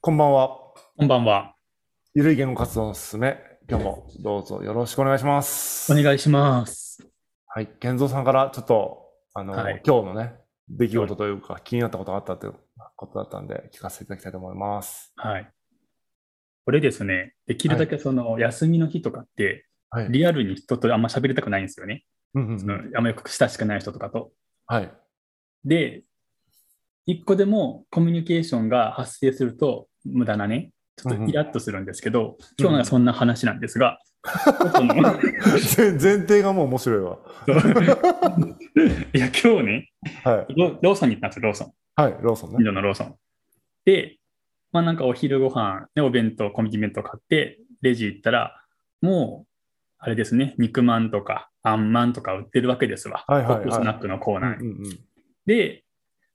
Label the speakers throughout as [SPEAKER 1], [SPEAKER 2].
[SPEAKER 1] こんばんは。
[SPEAKER 2] こんばんは。
[SPEAKER 1] ゆるい言語活動のすすめ。今日もどうぞよろしくお願いします。
[SPEAKER 2] お願いします。
[SPEAKER 1] はい。健三さんからちょっと、あの、
[SPEAKER 2] はい
[SPEAKER 1] 今日のね、出来事というか、気になったことがあったということだったんで、聞かせていただきたいと思います。
[SPEAKER 2] はい。これですね、できるだけその休みの日とかって、
[SPEAKER 1] はい。
[SPEAKER 2] リアルに人とあんま喋りたくないんですよね。
[SPEAKER 1] うんうん
[SPEAKER 2] そ
[SPEAKER 1] うん
[SPEAKER 2] のあんまよく親しくない人とかと。
[SPEAKER 1] はい。
[SPEAKER 2] で、一個でもコミュニケーションが発生すると無駄なね、ちょっとイラッとするんですけど、今日のはそんな話なんですが、その
[SPEAKER 1] 前前提がもう面白いわ。
[SPEAKER 2] いや、今日ね、
[SPEAKER 1] はい。
[SPEAKER 2] ロローソンに行ったんですよ、ローソン。
[SPEAKER 1] はい。ローソン
[SPEAKER 2] 近
[SPEAKER 1] ね。
[SPEAKER 2] 所のローソン。で、まあなんかお昼ご飯でお弁当、コンビニ弁当買って、レジ行ったら、もう、あれですね、肉まんとか、あんまんとか売ってるわけですわ。
[SPEAKER 1] はいはいはい
[SPEAKER 2] スナックのコーナーに。
[SPEAKER 1] うんうんうん
[SPEAKER 2] で、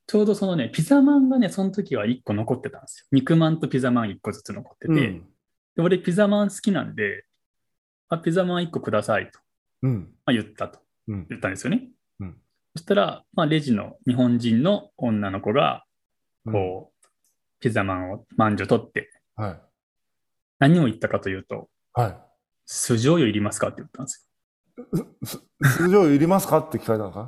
[SPEAKER 2] ちょうどそのね、ピザまんがね、その時は1個残ってたんですよ。肉まんとピザまん1個ずつ残ってて、
[SPEAKER 1] うん
[SPEAKER 2] で俺ピザまん好きなんで、あピザまん1個くださいと、
[SPEAKER 1] うん。
[SPEAKER 2] まあ、言ったと。
[SPEAKER 1] うん。
[SPEAKER 2] 言ったんですよね。
[SPEAKER 1] うん
[SPEAKER 2] そしたら、まあ、レジの日本人の女の子が、こう、ピザマンを、まんじゅう取って、
[SPEAKER 1] うん。はい。
[SPEAKER 2] 何を言ったかというと、
[SPEAKER 1] は
[SPEAKER 2] 酢醤油いりますかって言ったんです
[SPEAKER 1] い。通常いりますかって聞かれたのか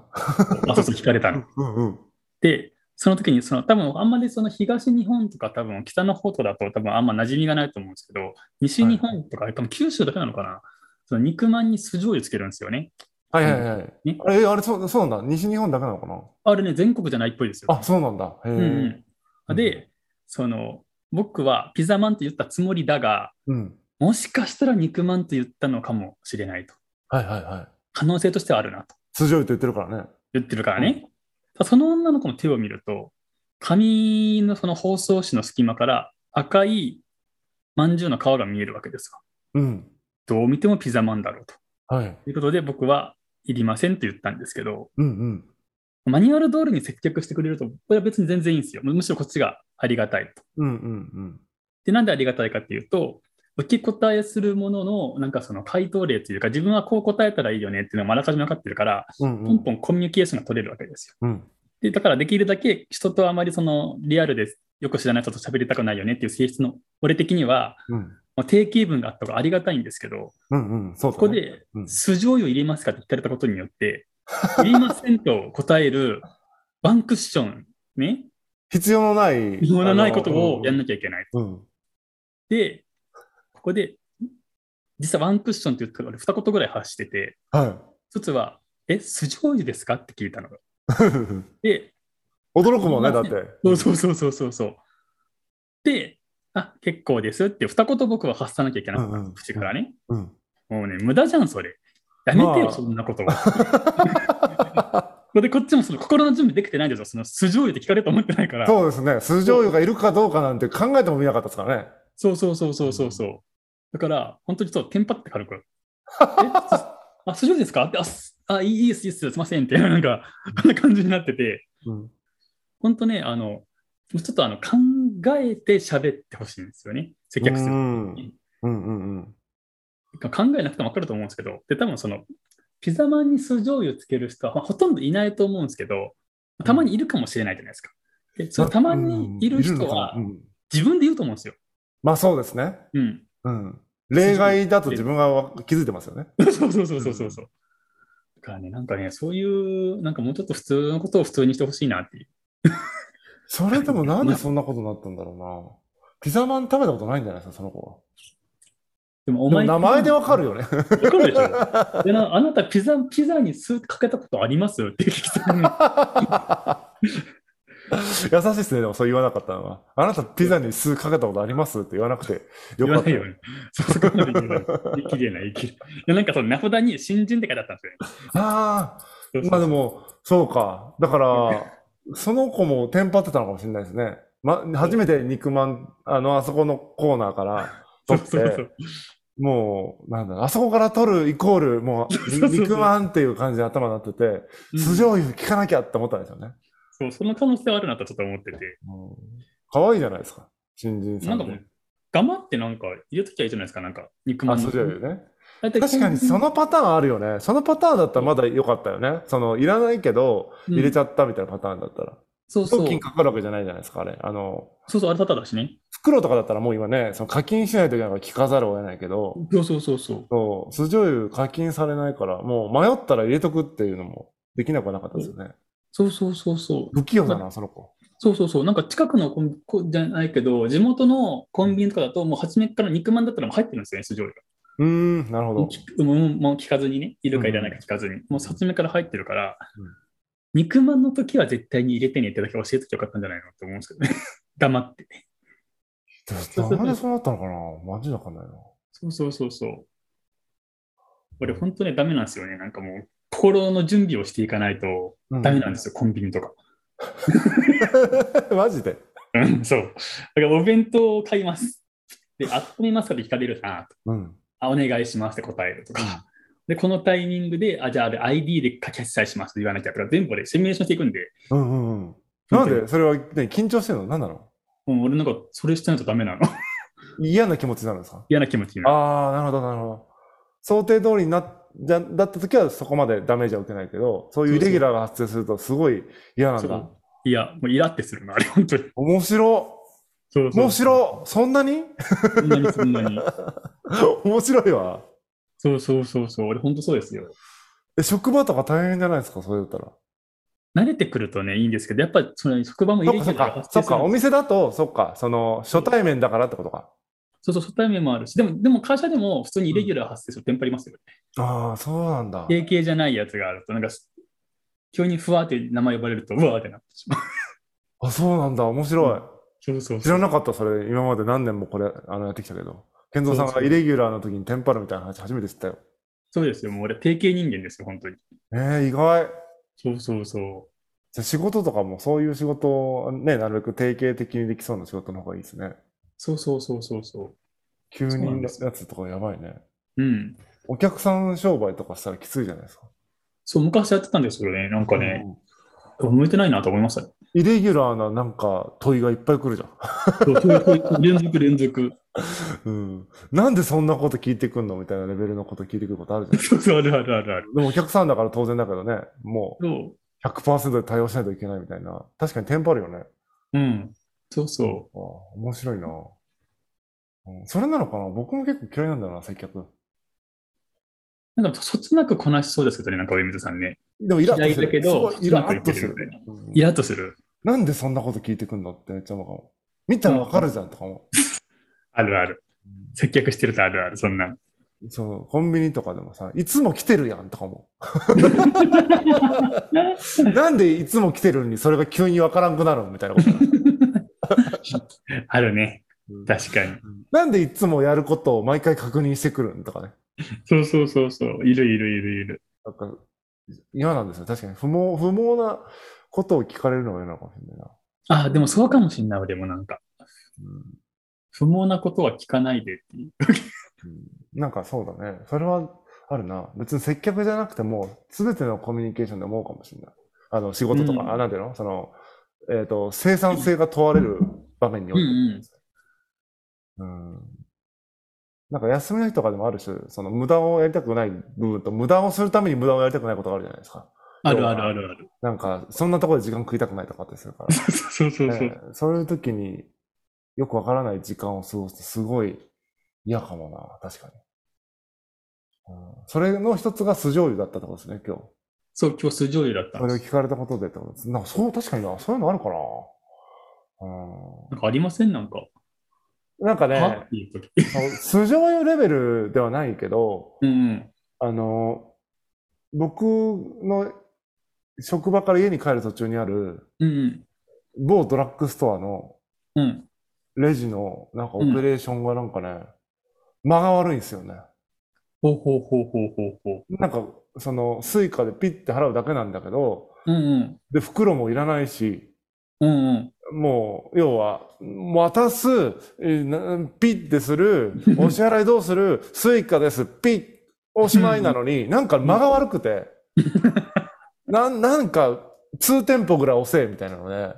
[SPEAKER 2] よ。あ、そうそう、聞かれたの。
[SPEAKER 1] うんうん。
[SPEAKER 2] で、その時に、その、多分あんまりその東日本とか多分北の方とだと多分あんま馴染みがないと思うんですけど、西日本とか、多分九州だけなのかな。その肉まんに酢醤油つけるんですよね。
[SPEAKER 1] はいはいはい。
[SPEAKER 2] ね
[SPEAKER 1] あれ、あれそう、そうなんだ。西日本だけなのかな
[SPEAKER 2] あれね、全国じゃないっぽいですよ。
[SPEAKER 1] あ、そうなんだ。へえ。
[SPEAKER 2] うんうん、
[SPEAKER 1] う
[SPEAKER 2] で、その、僕はピザマンって言ったつもりだが、
[SPEAKER 1] うん。
[SPEAKER 2] もしかしたら肉まんと言ったのかもしれないと。
[SPEAKER 1] はいはいはい。
[SPEAKER 2] 可能性としてはあるなと
[SPEAKER 1] 通常言って言ってるからね。
[SPEAKER 2] 言ってるからね。ただその女の子の手を見ると、紙のその包装紙の隙間から赤いまんじゅうの皮が見えるわけですよ。
[SPEAKER 1] うん。
[SPEAKER 2] どう見てもピザまんだろうと。
[SPEAKER 1] はい。
[SPEAKER 2] ということで僕はいりませんと言ったんですけど、
[SPEAKER 1] うんうん。
[SPEAKER 2] マニュアル通りに接客してくれると、これは別に全然いいんですよ。むむしろこっちがありがたいと。
[SPEAKER 1] うんうん
[SPEAKER 2] で、なんでありがたいかっていうと、受け答えするものの、なんかその回答例というか、自分はこう答えたらいいよねっていうのがあらかじめ分かってるから、
[SPEAKER 1] うん。うん
[SPEAKER 2] ポンポンコミュニケーションが取れるわけですよ。
[SPEAKER 1] うん。
[SPEAKER 2] で、だからできるだけ人とあまりそのリアルでよく知らない人と喋りたくないよねっていう性質の、俺的には、
[SPEAKER 1] うん。
[SPEAKER 2] もう定型文があった方がありがたいんですけど、
[SPEAKER 1] うんうん。そうだね
[SPEAKER 2] ここで
[SPEAKER 1] う、ん
[SPEAKER 2] 酢醤油入れますかって聞かれたことによって、いりませんと答えるワンクッション、ね、
[SPEAKER 1] 必要のない。
[SPEAKER 2] 必要のないことをやん
[SPEAKER 1] な
[SPEAKER 2] なきゃいけない。
[SPEAKER 1] うん。
[SPEAKER 2] で、ここで、実はワンクッションって言ったら俺二言ぐらい発してて、
[SPEAKER 1] は
[SPEAKER 2] 一つは、え、酢醤油ですかって聞いたのが。
[SPEAKER 1] い。
[SPEAKER 2] で、
[SPEAKER 1] 驚くもんね、だって。
[SPEAKER 2] そうそうそうそうそうそう。で、あ結構ですって、二言僕は発さなきゃいけない、
[SPEAKER 1] うんうん
[SPEAKER 2] 口からね。
[SPEAKER 1] うん。
[SPEAKER 2] もうね、無駄じゃん、それ。やめてよ、
[SPEAKER 1] まあ
[SPEAKER 2] そんなことは。で、こっちもその心の準備できてないですよ。その素性油って聞かれると思ってないから。
[SPEAKER 1] そうですね。酢醤油がいるかどうかなんて考えてもみなかったですからね。
[SPEAKER 2] そうそうそうそうそうそう。だから、本当にそう、テンパって 軽く。えすあ、素性油ですかってあ、すあいいいいです、いいです、すいませんって、なんか、こんな感じになってて、
[SPEAKER 1] うん。
[SPEAKER 2] 本当ね、あの、もうちょっとあの考えて喋ってほしいんですよね、接客する
[SPEAKER 1] う。んうんうんうん。
[SPEAKER 2] 考えなくても分かると思うんですけど、で、多分その、ピザマンに酢醤油つける人は、まあ、ほとんどいないと思うんですけど、たまにいるかもしれないじゃないですか。で、そのたまにいる人は
[SPEAKER 1] う、ん
[SPEAKER 2] 自分で言うと思うんですよ。
[SPEAKER 1] まあそうですね。
[SPEAKER 2] うん。
[SPEAKER 1] うん。例外だと自分が気づいてますよね。
[SPEAKER 2] そうそうそうそうそうそう。だからね、なんかね、そういう、なんかもうちょっと普通のことを普通にしてほしいなっていう。
[SPEAKER 1] それでもなんでそんなことになったんだろうな。ピザマン食べたことないんじゃないですか、その子は。
[SPEAKER 2] でも、お
[SPEAKER 1] でも
[SPEAKER 2] 前、
[SPEAKER 1] 名前でわかるよね。
[SPEAKER 2] わかるでしょ。でなあなた、ピザ、ピザに酢かけたことありますって聞きたい。
[SPEAKER 1] 優しいですね、でもそう言わなかったのは。あなたピザに酢かけたことありますって言わなくてよ
[SPEAKER 2] 言
[SPEAKER 1] か
[SPEAKER 2] わ
[SPEAKER 1] っ
[SPEAKER 2] な
[SPEAKER 1] た
[SPEAKER 2] いよね。そそこまで言わない。言い切れない、言い切れないいや。なんかその名札に新人って書いてあったんですよね。
[SPEAKER 1] ああ、
[SPEAKER 2] そうそう
[SPEAKER 1] まあでも、そうか。だ から、その子もテンパってたのかもしれないですね。ま、初めて肉まん、あの、あそこのコーナーから 取
[SPEAKER 2] そう
[SPEAKER 1] って、
[SPEAKER 2] そうそう。
[SPEAKER 1] もう、なんだろう、あそこから取るイコール、も
[SPEAKER 2] そう
[SPEAKER 1] う
[SPEAKER 2] そうそう
[SPEAKER 1] 肉まんっていう感じで頭になってて、酢醤油聞かなきゃって思ったんですよね。
[SPEAKER 2] そうその可能性はあるなとちょっと思ってて、
[SPEAKER 1] うん可愛いじゃないですか、新人さ
[SPEAKER 2] なんん
[SPEAKER 1] で
[SPEAKER 2] かもう、頑張ってなんか入れときゃいいじゃないですか、なんか肉ま
[SPEAKER 1] あ、
[SPEAKER 2] ん
[SPEAKER 1] 酢
[SPEAKER 2] の。
[SPEAKER 1] 醤油ね。
[SPEAKER 2] 大体
[SPEAKER 1] 確かにそのパターンあるよね。そのパターンだったらまだ良かったよね。その、いらないけど、
[SPEAKER 2] うん
[SPEAKER 1] 入れちゃったみたいなパターンだったら。
[SPEAKER 2] そうそ
[SPEAKER 1] 料
[SPEAKER 2] う
[SPEAKER 1] 金かかるわけじゃないじゃないですか、あれ。あの、
[SPEAKER 2] そうそう、あれだっただしね。
[SPEAKER 1] 袋とかだったらもう今ね、その課金しないといけないから聞かざるを得ないけど、
[SPEAKER 2] そうそうそうそう。
[SPEAKER 1] そう、酢醤油課金されないから、もう迷ったら入れとくっていうのもできなくはなかったですよね。
[SPEAKER 2] そうそうそうそう。
[SPEAKER 1] 不器用だな、その子。
[SPEAKER 2] そうそうそう。なんか近くのコンビこじゃないけど、地元のコンビニとかだと、もう初めから肉まんだったらもう入ってるんですよね、酢醤油
[SPEAKER 1] うーん、なるほ
[SPEAKER 2] が。も
[SPEAKER 1] ど
[SPEAKER 2] う。聞もうもう聞かずにね、いるかいらないか聞かずに、もう初めから入ってるから、
[SPEAKER 1] うん
[SPEAKER 2] 肉まんの時は絶対に入れてねってだけ教えときゃよかったんじゃないのって思うんですけどね。黙って。
[SPEAKER 1] でもなんでそうなったのかなマジでわかんないな。
[SPEAKER 2] そうそうそうそう。俺、本当ね、ダメなんですよね。なんかもう、心の準備をしていかないと
[SPEAKER 1] うん
[SPEAKER 2] ダメなんですよ、コンビニとか。
[SPEAKER 1] マジで。
[SPEAKER 2] うん、そう。だから、お弁当を買います。で、温めますかって聞かれるなと。
[SPEAKER 1] うん。
[SPEAKER 2] あ、お願いしますって答えるとか。で、このタイミングで、あ、じゃあ、あれ ID で書き決済しますって言わなきゃとか、全部俺、シミュレーションしていくんで、
[SPEAKER 1] うんうんうん。なんでそれは、ね、緊張してるの何なの
[SPEAKER 2] もう俺なんか、それしてないとダメなの。
[SPEAKER 1] 嫌な気持ちになるんですか
[SPEAKER 2] 嫌な気持ちになる。
[SPEAKER 1] ああ、なるほど、なるほど。想定通りになっだだった時はそこまでダメージは受けないけど、そういうイレギュラーが発生するとすごい嫌なん
[SPEAKER 2] そ
[SPEAKER 1] だ
[SPEAKER 2] う。いや、もうイラってするの、あれ、本当に。
[SPEAKER 1] 面白
[SPEAKER 2] そうそう
[SPEAKER 1] 面白そんなに
[SPEAKER 2] そんなにそんなに。
[SPEAKER 1] 面白いわ。
[SPEAKER 2] そうそうそうそう。俺、本当そうですよ。
[SPEAKER 1] え、職場とか大変じゃないですかそれだったら。
[SPEAKER 2] 慣れてくるとね、いいんですけど、やっぱりその職場もイ
[SPEAKER 1] そ
[SPEAKER 2] レギ
[SPEAKER 1] っかそっ
[SPEAKER 2] ュラーが
[SPEAKER 1] か。そ
[SPEAKER 2] 発生
[SPEAKER 1] っ
[SPEAKER 2] する
[SPEAKER 1] か。お店だと、そっか。その、初対面だからってことか。
[SPEAKER 2] そうそう、初対面もあるし、でも、でも会社でも普通にイレギュラー発生する店舗ありますよ。
[SPEAKER 1] ああ、そうなんだ。
[SPEAKER 2] 定型じゃないやつがあると、なんか、急にふわって名前呼ばれると、うわーってなってしまう。
[SPEAKER 1] あ、そうなんだ。面白い。
[SPEAKER 2] そうそう
[SPEAKER 1] 知らなかった、それ。今まで何年もこれ、あの、やってきたけど。健三さん
[SPEAKER 2] そ
[SPEAKER 1] が
[SPEAKER 2] うそう
[SPEAKER 1] イレギュラーの時にテンパるみたいな話初めて知ったよ。
[SPEAKER 2] そうですよ。もう俺、定型人間ですよ、本当に。
[SPEAKER 1] えー、意外。
[SPEAKER 2] そうそうそ
[SPEAKER 1] じゃあ仕事とかもそういう仕事をね、なるべく定型的にできそうな仕事の方がいいですね。
[SPEAKER 2] う。そうそうそうそうそ
[SPEAKER 1] 急
[SPEAKER 2] そうなん
[SPEAKER 1] に
[SPEAKER 2] で
[SPEAKER 1] や
[SPEAKER 2] す
[SPEAKER 1] つとかやばいね。
[SPEAKER 2] う。うん。
[SPEAKER 1] お客さん商売とかしたらきついじゃないですか。
[SPEAKER 2] そう、昔やってたんですけどね、なんかね、
[SPEAKER 1] うん
[SPEAKER 2] 向いてないなと思いましたね。
[SPEAKER 1] イレギュラーななんか問いがいっぱい来るじゃん。
[SPEAKER 2] そうそうそう連続連続。
[SPEAKER 1] うん。なんでそんなこと聞いてくんのみたいなレベルのこと聞いてくることあるじゃないですか。
[SPEAKER 2] そうそう、あるあるあるある。
[SPEAKER 1] でもお客さんだから当然だけどね、も
[SPEAKER 2] そう
[SPEAKER 1] 100%で対応しないといけないみたいな。確かにテンパるよね。
[SPEAKER 2] う。うん。そうそう。
[SPEAKER 1] ああ、面白いな、うんそれなのかな僕も結構嫌いなんだよな、接客。
[SPEAKER 2] なんか、そつなくこなしそうですけどね、なんか、上水さんね。
[SPEAKER 1] でもイラッとす
[SPEAKER 2] 嫌いだけ
[SPEAKER 1] る。す
[SPEAKER 2] ど
[SPEAKER 1] ごいイラッとする
[SPEAKER 2] うまくいってるみたいな。
[SPEAKER 1] うん
[SPEAKER 2] イラッとする。
[SPEAKER 1] なんでそんなこと聞いてくんのってめっちゃ思うかも。見たらわかるじゃんとかも。
[SPEAKER 2] あるある。接客してるとあるある、そんな。
[SPEAKER 1] そう、コンビニとかでもさ、いつも来てるやんとかも。 なんでいつも来てるのにそれが急にわからんくなるんみたいなこと。
[SPEAKER 2] あるね
[SPEAKER 1] うん。
[SPEAKER 2] 確かに。
[SPEAKER 1] なんでいつもやることを毎回確認してくるんとかね。
[SPEAKER 2] そうそうそうそう。いるいるいるいる。
[SPEAKER 1] なんか、嫌なんですよ。確かに不毛、不毛なことを聞かれるのが嫌なのかもしれないな。
[SPEAKER 2] あ、でもそうかもしんない。でもなんか、
[SPEAKER 1] うん
[SPEAKER 2] 不毛なことは聞かないでっていう。
[SPEAKER 1] うんなんかそうだね。それはあるな。別に接客じゃなくても、すべてのコミュニケーションで思うかもしれない。あの、仕事とか、
[SPEAKER 2] うん
[SPEAKER 1] あ、なんていうのその、えっ、と、生産性が問われる場面において。うんなんか休みの日とかでもある種、その無駄をやりたくない部分と、無駄をするために無駄をやりたくないことがあるじゃないですか。
[SPEAKER 2] あるあるあるある。
[SPEAKER 1] なんか、そんなところで時間食いたくないとかってするから。
[SPEAKER 2] そうそうそう。
[SPEAKER 1] ねそういう時によくわからない時間を過ごすとすごい嫌かもな、確かに。うん、それの一つが酢醤油だったってことですね、今日。
[SPEAKER 2] そう、今日酢醤油だった
[SPEAKER 1] そ
[SPEAKER 2] ん
[SPEAKER 1] れを
[SPEAKER 2] です。
[SPEAKER 1] 聞かれたことでってことです。なんかそう、確かにな、そういうのあるかな。う
[SPEAKER 2] なんかありませんなんか。
[SPEAKER 1] ん、なんか
[SPEAKER 2] は
[SPEAKER 1] ね
[SPEAKER 2] っ、ていう時。
[SPEAKER 1] 酢醤油レベルではないけど、
[SPEAKER 2] うんうん。
[SPEAKER 1] あの、僕の職場から家に帰る途中にある
[SPEAKER 2] うん
[SPEAKER 1] 某ドラッグストアの
[SPEAKER 2] うん。うん。
[SPEAKER 1] レジのなんかオペレーションがなんかね、間が悪いんですよね。
[SPEAKER 2] ほうほうほうほうほうほ
[SPEAKER 1] なんか、その、スイカでピッて払うだけなんだけど、
[SPEAKER 2] う。うん
[SPEAKER 1] で、袋もいらないし、
[SPEAKER 2] うん。うんうん。
[SPEAKER 1] もう、要は、渡す、えーなピッてする、お支払いどうする、スイカです、ピッ、おしまいなのに、なんか間が悪くて、なん、なんか、2店舗ぐらい押せ、みたいなので、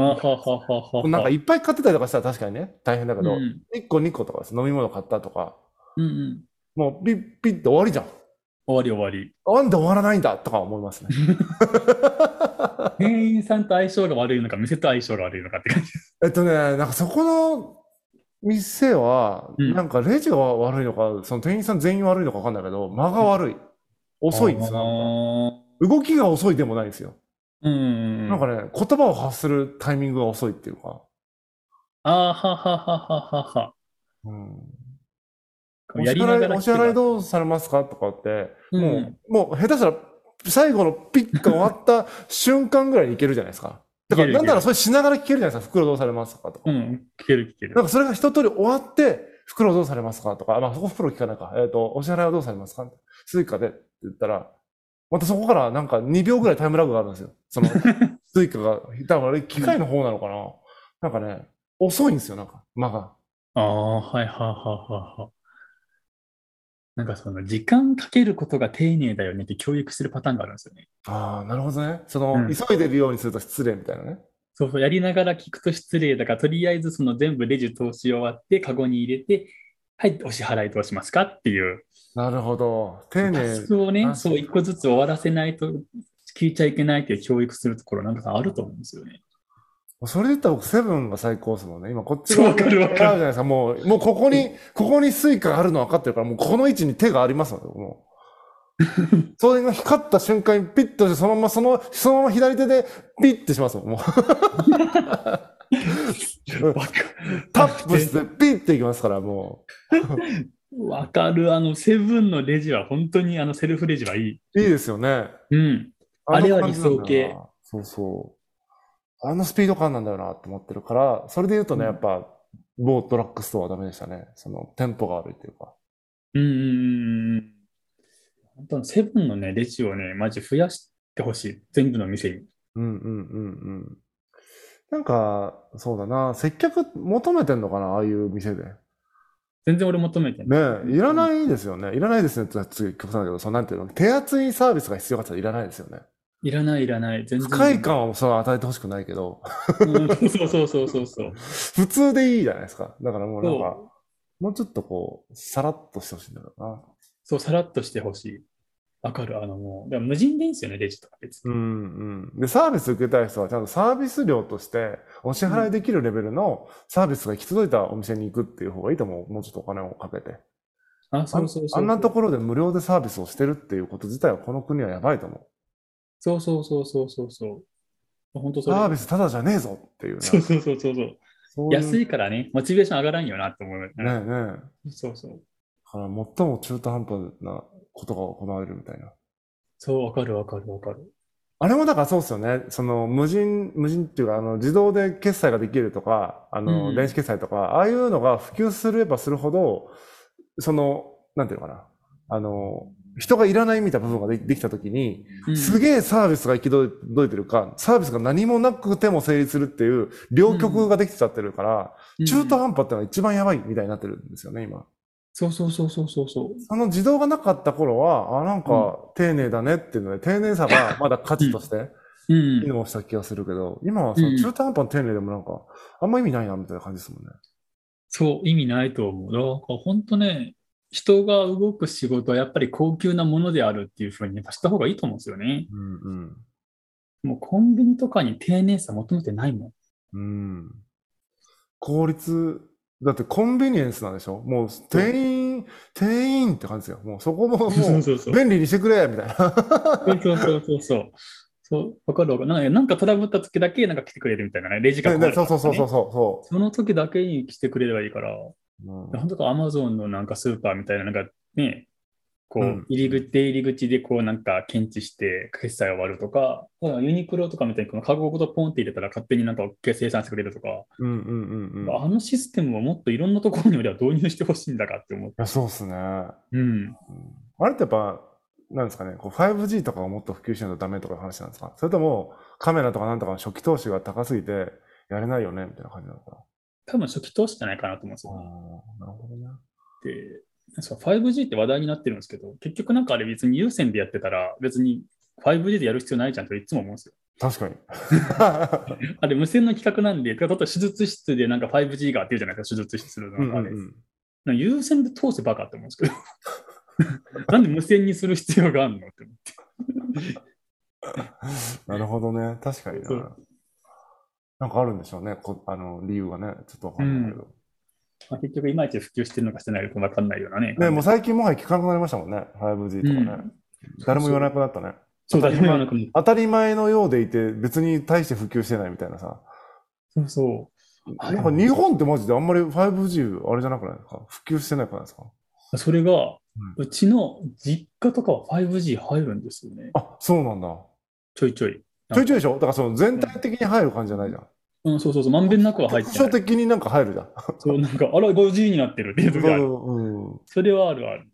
[SPEAKER 2] あははははは。
[SPEAKER 1] なんかいっぱい買ってたりとかしたら確かにね、大変だけ
[SPEAKER 2] うんう
[SPEAKER 1] ど、
[SPEAKER 2] ん
[SPEAKER 1] 1個2個とかです、飲み物買ったとか、
[SPEAKER 2] うん。
[SPEAKER 1] もうピッピッて終わりじゃん。
[SPEAKER 2] 終わり終わり。
[SPEAKER 1] なんで終わらないんだとか思いますね。
[SPEAKER 2] 店員さんと相性が悪いのか、店と相性が悪いのかって感じ。
[SPEAKER 1] えっとね、なんかそこの店は、
[SPEAKER 2] うん
[SPEAKER 1] なんかレジが悪いのか、その店員さん全員悪いのか分かんないけど、間が悪い。遅いんですよ。なんか動きが遅いでもないんですよ。
[SPEAKER 2] あーうん。
[SPEAKER 1] なんかね、言葉を発するタイミングが遅いっていうか。
[SPEAKER 2] あーはははははは。
[SPEAKER 1] うんお
[SPEAKER 2] こ
[SPEAKER 1] 支
[SPEAKER 2] うやりなが
[SPEAKER 1] 払い、
[SPEAKER 2] ら
[SPEAKER 1] お
[SPEAKER 2] 聞
[SPEAKER 1] 支
[SPEAKER 2] けば
[SPEAKER 1] 払いどうされますかとかって、
[SPEAKER 2] うん
[SPEAKER 1] もう、もう下手したら、最後のピッが終わった瞬間ぐらいにいけるじゃないですか。だから、
[SPEAKER 2] いける
[SPEAKER 1] なんない
[SPEAKER 2] け
[SPEAKER 1] ら
[SPEAKER 2] る
[SPEAKER 1] それしながら聞けるじゃないですか。袋どうされますかとか。
[SPEAKER 2] うん、聞ける聞ける
[SPEAKER 1] なん。かそれが一通り終わって、袋どうされますかとか、まあそこ袋聞かないか。えっ、と、お支払いはどうされますかスイカでって言ったら、またそこからなんか2秒ぐらいタイムラグがあるんですよ。そ の、スイカが、多分あれ機械の方なのかな、なんかね、遅いんですよ、なんか、間が。
[SPEAKER 2] ああ、はいはいはいはいはい。なんかその、時間かけることが丁寧だよねって教育してるパターンがあるんですよね。
[SPEAKER 1] ああ、なるほどね。その、
[SPEAKER 2] うん
[SPEAKER 1] 急いでるようにすると失礼みたいなね。
[SPEAKER 2] そうそう、やりながら聞くと失礼だから、とりあえずその全部レジ通し終わって、カゴに入れて、はい、お支払いどうしますかっていう、
[SPEAKER 1] なるほど。丁
[SPEAKER 2] タ
[SPEAKER 1] 寧
[SPEAKER 2] ス。クをね、
[SPEAKER 1] あ
[SPEAKER 2] そう、一個ずつ終わらせないと、聞いちゃいけないっていう教育するところ、なんかさあると思うんですよね。
[SPEAKER 1] それで言ったら僕、セブンが最高ですもんね。今、こっち
[SPEAKER 2] そう
[SPEAKER 1] 側
[SPEAKER 2] わかるわかる
[SPEAKER 1] じゃないですか。もう、もうここに、ここにスイカがあるの分かってるから、もうこの位置に手がありますもんね、もう。それが光った瞬間にピッとして、そのまま、その、そのまま左手でピッてしますもん、 もう。
[SPEAKER 2] わか
[SPEAKER 1] タップしてピッていきますから、も
[SPEAKER 2] わかる。あの、セブンのレジは本当にあのセルフレジはいい。
[SPEAKER 1] う。いいですよね。
[SPEAKER 2] うん。あれは理想形
[SPEAKER 1] あの感じなんだよな。そうそう。あのスピード感なんだよなって思ってるから、それで言うとね、
[SPEAKER 2] うん
[SPEAKER 1] やっぱ、某ドラッグストアはダメでしたね。その、テンポが悪いっていうか。
[SPEAKER 2] うんうんうんうん。本当にセブンのね、レジをね、マジ増やしてほしい。全部の店に。
[SPEAKER 1] うんうんうんうん。なんか、そうだな、接客求めてんのかな、ああいう店で。
[SPEAKER 2] 全然俺求めてない。
[SPEAKER 1] ねえいらないですよね。いらないですねって言ったら次、極端だけど、そのなんていうの、手厚いサービスが必要かって言ったらいらないですよね。
[SPEAKER 2] いらない、いらない。全然
[SPEAKER 1] 不快感をその与えてほしくないけど、
[SPEAKER 2] うんそうそうそうそうそう。
[SPEAKER 1] 普通でいいじゃないですか。だからもうなんか
[SPEAKER 2] そ、
[SPEAKER 1] もうちょっとこう、さらっとしてほしいんだろうな。
[SPEAKER 2] そう、さらっとしてほしい。わかる。あの、もう、でも無人でいいんですよね、レジとか別
[SPEAKER 1] う
[SPEAKER 2] に。
[SPEAKER 1] んうん。で、サービス受けたい人は、ちゃんとサービス料として、お支払いできるレベルのサービスが行き届いたお店に行くっていう方がいいと思う。もうちょっとお金をかけて。
[SPEAKER 2] あ、そうそうそう。
[SPEAKER 1] あんなところで無料でサービスをしてるっていうこと自体は、この国はやばいと思
[SPEAKER 2] そうそうそうそうそうそう。本当
[SPEAKER 1] う。
[SPEAKER 2] それ
[SPEAKER 1] サービスただじゃねえぞっていうね。
[SPEAKER 2] そうそうそうそうそう。
[SPEAKER 1] そういう
[SPEAKER 2] 安いからね、モチベーション上がらんよなって思うよ
[SPEAKER 1] ねえねえ。だ
[SPEAKER 2] そうそう。
[SPEAKER 1] から、最も中途半端なことが行われるみたいな。
[SPEAKER 2] そう、わかるわかるわかる。
[SPEAKER 1] あれもだからそうですよね。その無人、無人っていうか、あの、自動で決済ができるとか、あ
[SPEAKER 2] う
[SPEAKER 1] の、
[SPEAKER 2] ん
[SPEAKER 1] 電子決済とか、ああいうのが普及すればするほど、その、なんていうのかな。あの、人がいらないみたいな部分がでできたときに、
[SPEAKER 2] うん
[SPEAKER 1] すげえサービスが行き届いてるか、サービスが何もなくても成立するっていう、両極ができちゃってるから、中途
[SPEAKER 2] うん
[SPEAKER 1] 半端ってのが一番やばいみたいになってるんですよね、今。
[SPEAKER 2] そうそうそうそうそうそう。
[SPEAKER 1] その自動がなかった頃は、あ、なんか丁寧だねっていうので、丁寧さがまだ価値として、
[SPEAKER 2] うん
[SPEAKER 1] 機。能した気がするけど、今はその
[SPEAKER 2] うん
[SPEAKER 1] 中途半端の丁寧でもなんか、あんま意味ないなみたいな感じですもんね。
[SPEAKER 2] そう、意味ないと思う。だから本当ね、人が動く仕事はやっぱり高級なものであるっていうふうにやっぱした方がいいと思うんですよね。
[SPEAKER 1] うん
[SPEAKER 2] もうコンビニとかに丁寧さ求めてないもん。
[SPEAKER 1] うん。うん。効率、だってコンビニエンスなんでしょもう店員、店員って感じですよ。もうそこ もも
[SPEAKER 2] そう
[SPEAKER 1] う
[SPEAKER 2] そうそう。
[SPEAKER 1] 便利にしてくれみたいな。
[SPEAKER 2] そうそうそうそうそう。そう、わかるわかる。なんかなんかトラブった時だけなんか来てくれるみたいなね。レジが壊
[SPEAKER 1] ね
[SPEAKER 2] れ
[SPEAKER 1] ねそ
[SPEAKER 2] た
[SPEAKER 1] うそうそうそう
[SPEAKER 2] う。
[SPEAKER 1] そ
[SPEAKER 2] その時だけに来てくれればいいから、
[SPEAKER 1] う。うん
[SPEAKER 2] 本当かアマゾンのなんかスーパーみたいな、なんかね、こ
[SPEAKER 1] うん
[SPEAKER 2] う、入り口、出入り口でこうなんか検知して決済終わるとか、ユニクロとかみたいにこのカゴごとポンって入れたら勝手になんか生産してくれるとか、
[SPEAKER 1] うんうんうんうん。い
[SPEAKER 2] あのシステムをもっといろんなところに俺は導入してほしいんだかって思う。
[SPEAKER 1] や、そうっすね。
[SPEAKER 2] うん。
[SPEAKER 1] あれってやっぱ、なんですかね、こう 5G とかをもっと普及しないとダメとかいう話なんですかそれとも、カメラとかなんとかの初期投資が高すぎて、やれないよねみたいな感じなのかな
[SPEAKER 2] 多分初期投資じゃないかなと思うんですよ。
[SPEAKER 1] なるほどね。
[SPEAKER 2] で、そう 5G って話題になってるんですけど、結局なんかあれ別に有線でやってたら、別に 5G でやる必要ないじゃんといつも思うんですよ。
[SPEAKER 1] 確かに。
[SPEAKER 2] あれ無線の企画なんで、例えば手術室でなんか 5G がってるじゃないですか、手術室の
[SPEAKER 1] うんう
[SPEAKER 2] あ
[SPEAKER 1] ん
[SPEAKER 2] れ。
[SPEAKER 1] うん
[SPEAKER 2] なんか有線で通せばかって思うんですけど、 なんで無線にする必要があるのって思って。
[SPEAKER 1] なるほどね。確かに
[SPEAKER 2] そ
[SPEAKER 1] な
[SPEAKER 2] う。
[SPEAKER 1] なんかあるんでしょうね。こあの理由がね。ちょっとわかんないけど。
[SPEAKER 2] まあ、結局いまいち普及してるのかしてないのか分かんないようなね。
[SPEAKER 1] ね、もう最近もはや聞かなくなりましたもんね。5G とかね。誰も言わなくなったね。
[SPEAKER 2] そうだ、今のかも
[SPEAKER 1] 当たり前のようでいて、別に大して普及してないみたいなさ。
[SPEAKER 2] そうそあ
[SPEAKER 1] なんか日本ってマジであんまり 5G あれじゃなくないですか普及してないくないですか
[SPEAKER 2] う。それが、うちの実家とかは 5G 入るんですよね。
[SPEAKER 1] あ、そうなんだ。
[SPEAKER 2] ちょいちょい。
[SPEAKER 1] ちょいちょいでしょだからその全体的に入る感じじゃないじゃん。
[SPEAKER 2] うん、そうそうそう、まんべんなくは入って
[SPEAKER 1] 局所
[SPEAKER 2] ない。
[SPEAKER 1] 的になんか入るじゃん。
[SPEAKER 2] そう、なんか、あら、5G になってるっていう
[SPEAKER 1] そ
[SPEAKER 2] 時ある。
[SPEAKER 1] う
[SPEAKER 2] それはあるある。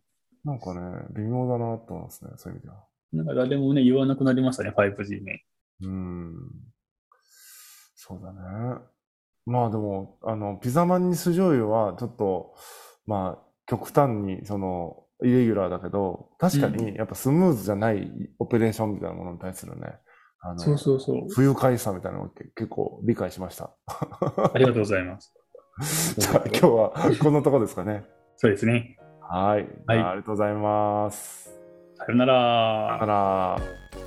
[SPEAKER 1] うん。なんかね、微妙だなと思いますね、そういう意味では。
[SPEAKER 2] なんか誰もね、言わなくなりましたね、5G ね。
[SPEAKER 1] うん。そうだね。まあでも、あの、ピザマンに酢醤油は、ちょっと、まあ、極端に、その、イレギュラーだけど、確かに、やっぱスムーズじゃないオペレーションみたいなものに対するね、あの、
[SPEAKER 2] そうそうそう。
[SPEAKER 1] 不愉快さみたいなのをけ結構理解しま した。
[SPEAKER 2] ありがとうございます。
[SPEAKER 1] じゃあ今日はこんなとこですかね。
[SPEAKER 2] そうですね。
[SPEAKER 1] はい。じゃあ
[SPEAKER 2] はい
[SPEAKER 1] ありがとうございます。
[SPEAKER 2] さよなら
[SPEAKER 1] だから、